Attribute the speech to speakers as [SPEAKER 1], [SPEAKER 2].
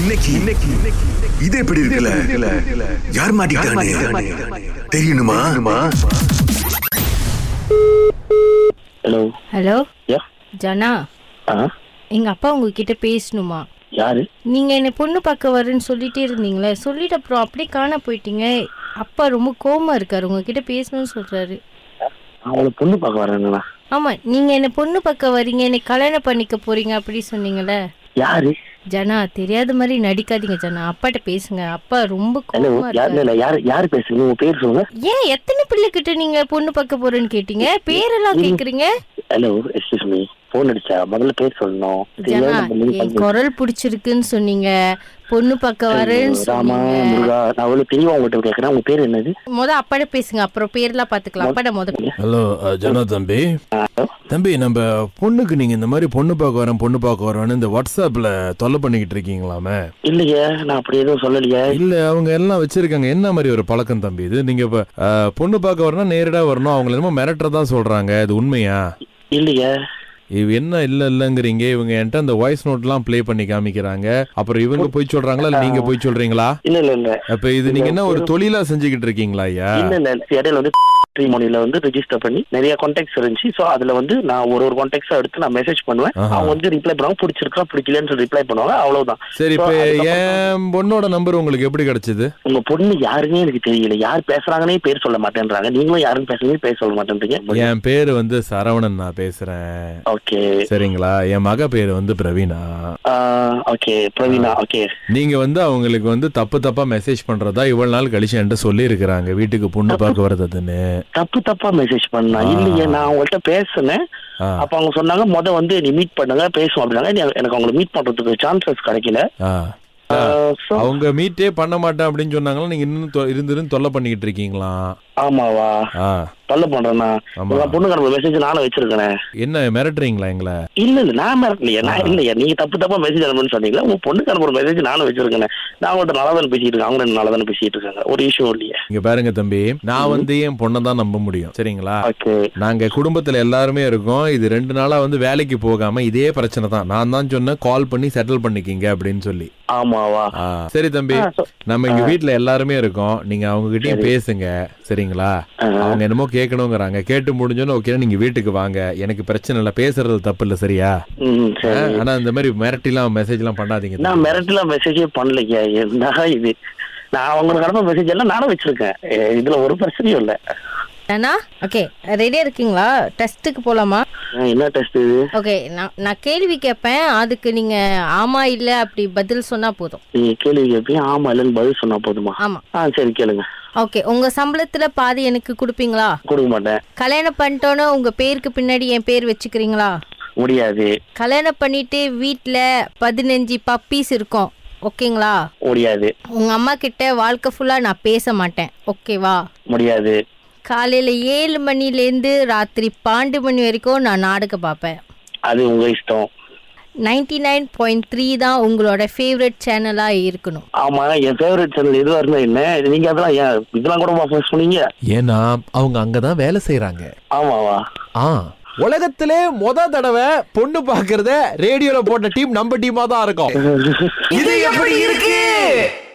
[SPEAKER 1] இன்னைக்கு இன்னைக்கு இன்னைக்கு- இது எப்படி இருக்குல்ல யார் மாட்டிக்கிட்டானே தெரியணுமா
[SPEAKER 2] ஹலோ
[SPEAKER 3] ஹலோ
[SPEAKER 2] யா
[SPEAKER 3] ஜனா
[SPEAKER 2] ஆ
[SPEAKER 3] எங்க அப்பா உங்ககிட்ட பேசணுமா
[SPEAKER 2] Uh-huh. யாரு
[SPEAKER 3] நீங்க என்ன பொண்ணு பார்க்க வரேன்னு சொல்லிட்டே இருந்தீங்களே சொல்லிட்டு அப்புறம் அப்படியே காண போயிட்டீங்க அப்பா ரொம்ப கோமா இருக்காரு உங்ககிட்ட பேசணும்னு சொல்றாரு
[SPEAKER 2] அவளை பொண்ணு பார்க்க வரேன்னா
[SPEAKER 3] ஆமா நீங்க என்ன பொண்ணு பார்க்க வரீங்க என்னை கல்யாணம் பண்ணிக்க போறீங்க அப்படி சொன்னீங்களே
[SPEAKER 2] யாரு
[SPEAKER 3] ஜனா தெரியாத மாதிரி நடிக்காதீங்க ஜனா அப்பாட்ட பேசுங்க அப்பா ரொம்ப
[SPEAKER 2] ஹலோ
[SPEAKER 3] கோமா
[SPEAKER 2] யார்
[SPEAKER 3] இருக்காரு
[SPEAKER 2] இல்ல யார் யார் பேசுறீங்க உங்க பேர் சொல்லுங்க
[SPEAKER 3] ஏன் எத்தனை பிள்ளைகிட்ட நீங்க பொண்ணு பார்க்க போறேன்னு கேட்டீங்க பேரெல்லாம் கேக்குறீங்க
[SPEAKER 2] ஹலோ எக்ஸ்கியூஸ் மீ போன் அடிச்சா முதல்ல பேர் சொல்லணும்
[SPEAKER 3] ஜனா
[SPEAKER 2] தெரியாத number ல
[SPEAKER 3] என்
[SPEAKER 2] பண்ணி-
[SPEAKER 3] குரல் பிடிச்சிருக்குன்னு சொன்னீங்க பொண்ணு பார்க்க வரேன்னு
[SPEAKER 2] ராமா
[SPEAKER 3] சொன்னீங்க
[SPEAKER 2] முருகா நான் அவ்வளவு தெளிவா உங்ககிட்ட கேட்கறேன் உங்க பேர் என்னது
[SPEAKER 3] முத அப்பாட பேசுங்க அப்புறம் பேர்லாம் பாத்துக்கலாம் அப்பாட முத
[SPEAKER 4] ஹலோ அஹ், ஜனா uh, தம்பி
[SPEAKER 2] ஹலோ
[SPEAKER 4] தம்பி நம்ம பொண்ணுக்கு நீங்க இந்த மாதிரி பொண்ணு பார்க்க வரேன் பொண்ணு பார்க்க வரேன்னு இந்த வாட்ஸ்அப்ல தொல்லை பண்ணிக்கிட்டு இருக்கீங்களாமே
[SPEAKER 2] இல்லையே நான் அப்படி எதுவும் சொல்லலையே
[SPEAKER 4] இல்ல அவங்க எல்லாம் வச்சிருக்காங்க என்ன மாதிரி ஒரு பழக்கம் தம்பி இது நீங்க இப்ப அஹ், பொண்ணு பார்க்க வரணும்னா நேரடா வரணும் அவங்கள என்னமோ மிரட்டுறதா சொல்றாங்க இது உண்மையா
[SPEAKER 2] இல்லையே
[SPEAKER 4] இவ என்ன இல்ல இல்லங்கிறீங்க இவங்க என்கிட்ட அந்த வாய்ஸ் நோட்லாம் ப்ளே பண்ணி காமிக்கிறாங்க அப்புறம் இவங்க போய் சொல்றாங்களா இல்ல நீங்க போய் சொல்றீங்களா
[SPEAKER 2] இல்ல இல்ல இல்ல
[SPEAKER 4] அப்ப இது நீங்க என்ன ஒரு தொழிலா செஞ்சுக்கிட்டு இருக்கீங்களா ஐயா
[SPEAKER 2] இல்ல இல்ல இடையில வந்து matrimony-ல வந்து ரெஜிஸ்டர் பண்ணி நிறைய கான்டாக்ட்ஸ் இருந்துச்சு சோ அதுல வந்து நான் ஒரு ஒரு கான்டாக்ட்ஸா எடுத்து நான் மெசேஜ் பண்ணுவேன்
[SPEAKER 4] ஆஹா.
[SPEAKER 2] அவங்க வந்து ரிப்ளை பண்ணுவாங்க பிடிச்சிருக்கா பிடிக்கலன்னு சொல்லி ரிப்ளை பண்ணுவாங்க அவ்வளவுதான்
[SPEAKER 4] சரி இப்ப
[SPEAKER 2] So, அதுக்கப்புறம்
[SPEAKER 4] என் பொண்ணோட நம்பர் உங்களுக்கு எப்படி கிடைச்சது
[SPEAKER 2] உங்க பொண்ணு யாருன்னே எனக்கு தெரியல யார் பேசுறாங்கன்னே பேர் சொல்ல மாட்டேன்றாங்க நீங்களும் யாருன்னு பேசுறீங்க பேர் சொல்ல மாட்டேன்றீங்க
[SPEAKER 4] என் பேரு வந்து சரவணன் நான் பேசுறேன்
[SPEAKER 2] ஓகே
[SPEAKER 4] சரிங்களா என் மக பேர் வந்து பிரவீனா
[SPEAKER 2] ஓகே பிரவீனா ஓகே
[SPEAKER 4] நீங்க வந்து அவங்களுக்கு வந்து தப்பு தப்பா மெசேஜ் பண்றதா இவ்வளவு நாள் கழிச்சு என்கிட்ட சொல்லி இருக்கிறாங்க வீட்டுக்கு பொண்ணு பார்க்க வர்றதுன்னு
[SPEAKER 2] தப்பு தப்பா மெசேஜ் பண்ணா
[SPEAKER 4] ஆ.
[SPEAKER 2] இல்லையே நான் அவங்கள்ட்ட பேசினேன்
[SPEAKER 4] ஆ,
[SPEAKER 2] அப்ப அவங்க சொன்னாங்க முத வந்து நீ மீட் பண்ணுங்க பேசுவோம் அப்படின்னாங்க நீ- எனக்கு அவங்களை மீட் பண்றதுக்கு சான்சஸ் கிடைக்கல
[SPEAKER 4] ஆ.
[SPEAKER 2] ஆ, so,
[SPEAKER 4] அவங்க மீட்டே பண்ண மாட்டேன் அப்படின்னு சொன்னாங்களா நீங்க இன்னும் தொ- இருந்திருந்து தொல்லை பண்ணிக்கிட்டு இருக்கீங்களா
[SPEAKER 2] ஆமாவா
[SPEAKER 4] ஆ
[SPEAKER 2] தொல்லை பண்றேன்னா
[SPEAKER 4] ஆமா
[SPEAKER 2] உங்க பொண்ணு கடவுள் மெசேஜ் நானும் வச்சிருக்கேன்
[SPEAKER 4] என்ன மிரட்டுறீங்களா எங்களை
[SPEAKER 2] இல்ல இல்ல நான் மிரட்டலையே நான் இல்லையா நீங்க தப்பு தப்பா மெசேஜ் அனுப்புன்னு சொன்னீங்களா உங்க பொண்ணு கடவுள் மெசேஜ் நானும் வச்சிருக்கேன் நான் அவங்கள்ட்ட நல்லா தானே பேசிட்டு இருக்கேன் அவங்க நல்லா தானே பேசிட்டு இருக்காங்க ஒரு இஷ்யூ இல்லையே
[SPEAKER 4] இங்க பாருங்க தம்பி நான் வந்து என் பொண்ணை தான் நம்ப முடியும் சரிங்களா
[SPEAKER 2] ஓகே
[SPEAKER 4] நாங்க குடும்பத்துல எல்லாருமே இருக்கோம் இது ரெண்டு நாளா வந்து வேலைக்கு போகாம இதே பிரச்சனை தான் நான் தான் சொன்னேன் கால் பண்ணி செட்டில் பண்ணிக்கிங்க அப்படின்னு சொல்லி
[SPEAKER 2] ஆமாவா
[SPEAKER 4] ஆ, சரி தம்பி
[SPEAKER 2] ஆ, so-
[SPEAKER 4] நம்ம இங்க வீட்ல எல்லாருமே இருக்கோம் நீங்க அவங்க கிட்டயும் பேசுங்க சரிங்களா
[SPEAKER 2] ஆ.
[SPEAKER 4] அவங்க என்னமோ கேட்கணுங்கிறாங்க கேட்டு முடிஞ்சோன்னு ஓகே நீங்க வீட்டுக்கு வாங்க எனக்கு பிரச்சனை இல்ல பேசுறது தப்பு இல்ல சரியா
[SPEAKER 2] ம்
[SPEAKER 4] ஆ,
[SPEAKER 2] சரி
[SPEAKER 4] ஆனா இந்த மாதிரி மிரட்டிலாம் மெசேஜ் எல்லாம் பண்ணாதீங்க
[SPEAKER 2] நான்
[SPEAKER 4] தம்பி.
[SPEAKER 2] மிரட்டல மெசேஜே பண்ணலைங்க என்ன இது நான் அவங்களுக்கு அனுப்ப மெசேஜ் எல்லாம் நானும் வச்சிருக்கேன் ஏ, இதுல ஒரு பிரச்சனையும் இல்ல
[SPEAKER 3] ஜனா ஓகே ரெடியா இருக்கீங்களா டெஸ்ட்டுக்கு போலாமா
[SPEAKER 2] ஆ, என்ன டெஸ்ட் இது
[SPEAKER 3] ஓகே நான் நான் கேள்வி கேட்பேன் அதுக்கு நீங்க ஆமா இல்ல அப்படி பதில் சொன்னா போதும்
[SPEAKER 2] நீங்க கேள்வி கேட்பீங்க ஆமா இல்லைன்னு பதில் சொன்னா போதுமா
[SPEAKER 3] ஆமா
[SPEAKER 2] ஆ சரி கேளுங்க
[SPEAKER 3] ஓகே உங்க சம்பளத்துல பாதி எனக்கு கொடுப்பீங்களா
[SPEAKER 2] கொடுக்க மாட்டேன்
[SPEAKER 3] கல்யாணம் பண்ணிட்டோன்னு உங்க பேருக்கு பின்னாடி என் பேர் வச்சுக்கிறீங்களா
[SPEAKER 2] முடியாது
[SPEAKER 3] கல்யாணம் பண்ணிட்டு வீட்ல பதினஞ்சு பப்பீஸ் இருக்கும் ஓகேங்களா
[SPEAKER 2] முடியாது
[SPEAKER 3] உங்க அம்மா கிட்ட வாழ்க்கை ஃபுல்லா நான் பேச மாட்டேன் ஓகேவா
[SPEAKER 2] முடியாது
[SPEAKER 3] காலையில ஏழு மணிலேருந்து ராத்திரி பன்னெண்டு மணி வரைக்கும் நான் நாடகம் பார்ப்பேன்
[SPEAKER 2] அது உங்க இஷ்டம்
[SPEAKER 3] நைன்டி நைன் பாயிண்ட் த்ரீ தான் உங்களோட ஃபேவரட் சேனலாக இருக்கணும்
[SPEAKER 2] ஆமா என் ஃபேவரட் சேனல் எதுவா இருந்தா என்ன நீங்க அதெல்லாம் ஏன் இதெல்லாம் கூட ஃபோர்ஸ் பண்ணீங்க
[SPEAKER 4] ஏன்னா அவங்க அங்கதான் வேலை செய்யறாங்க
[SPEAKER 2] ஆமாவா
[SPEAKER 4] ஆ உலகத்திலே முத தடவை பொண்ணு பாக்குறத ரேடியோல போட்ட டீம் நம்ம டீமா தான் இருக்கும்
[SPEAKER 1] இது எப்படி இருக்கு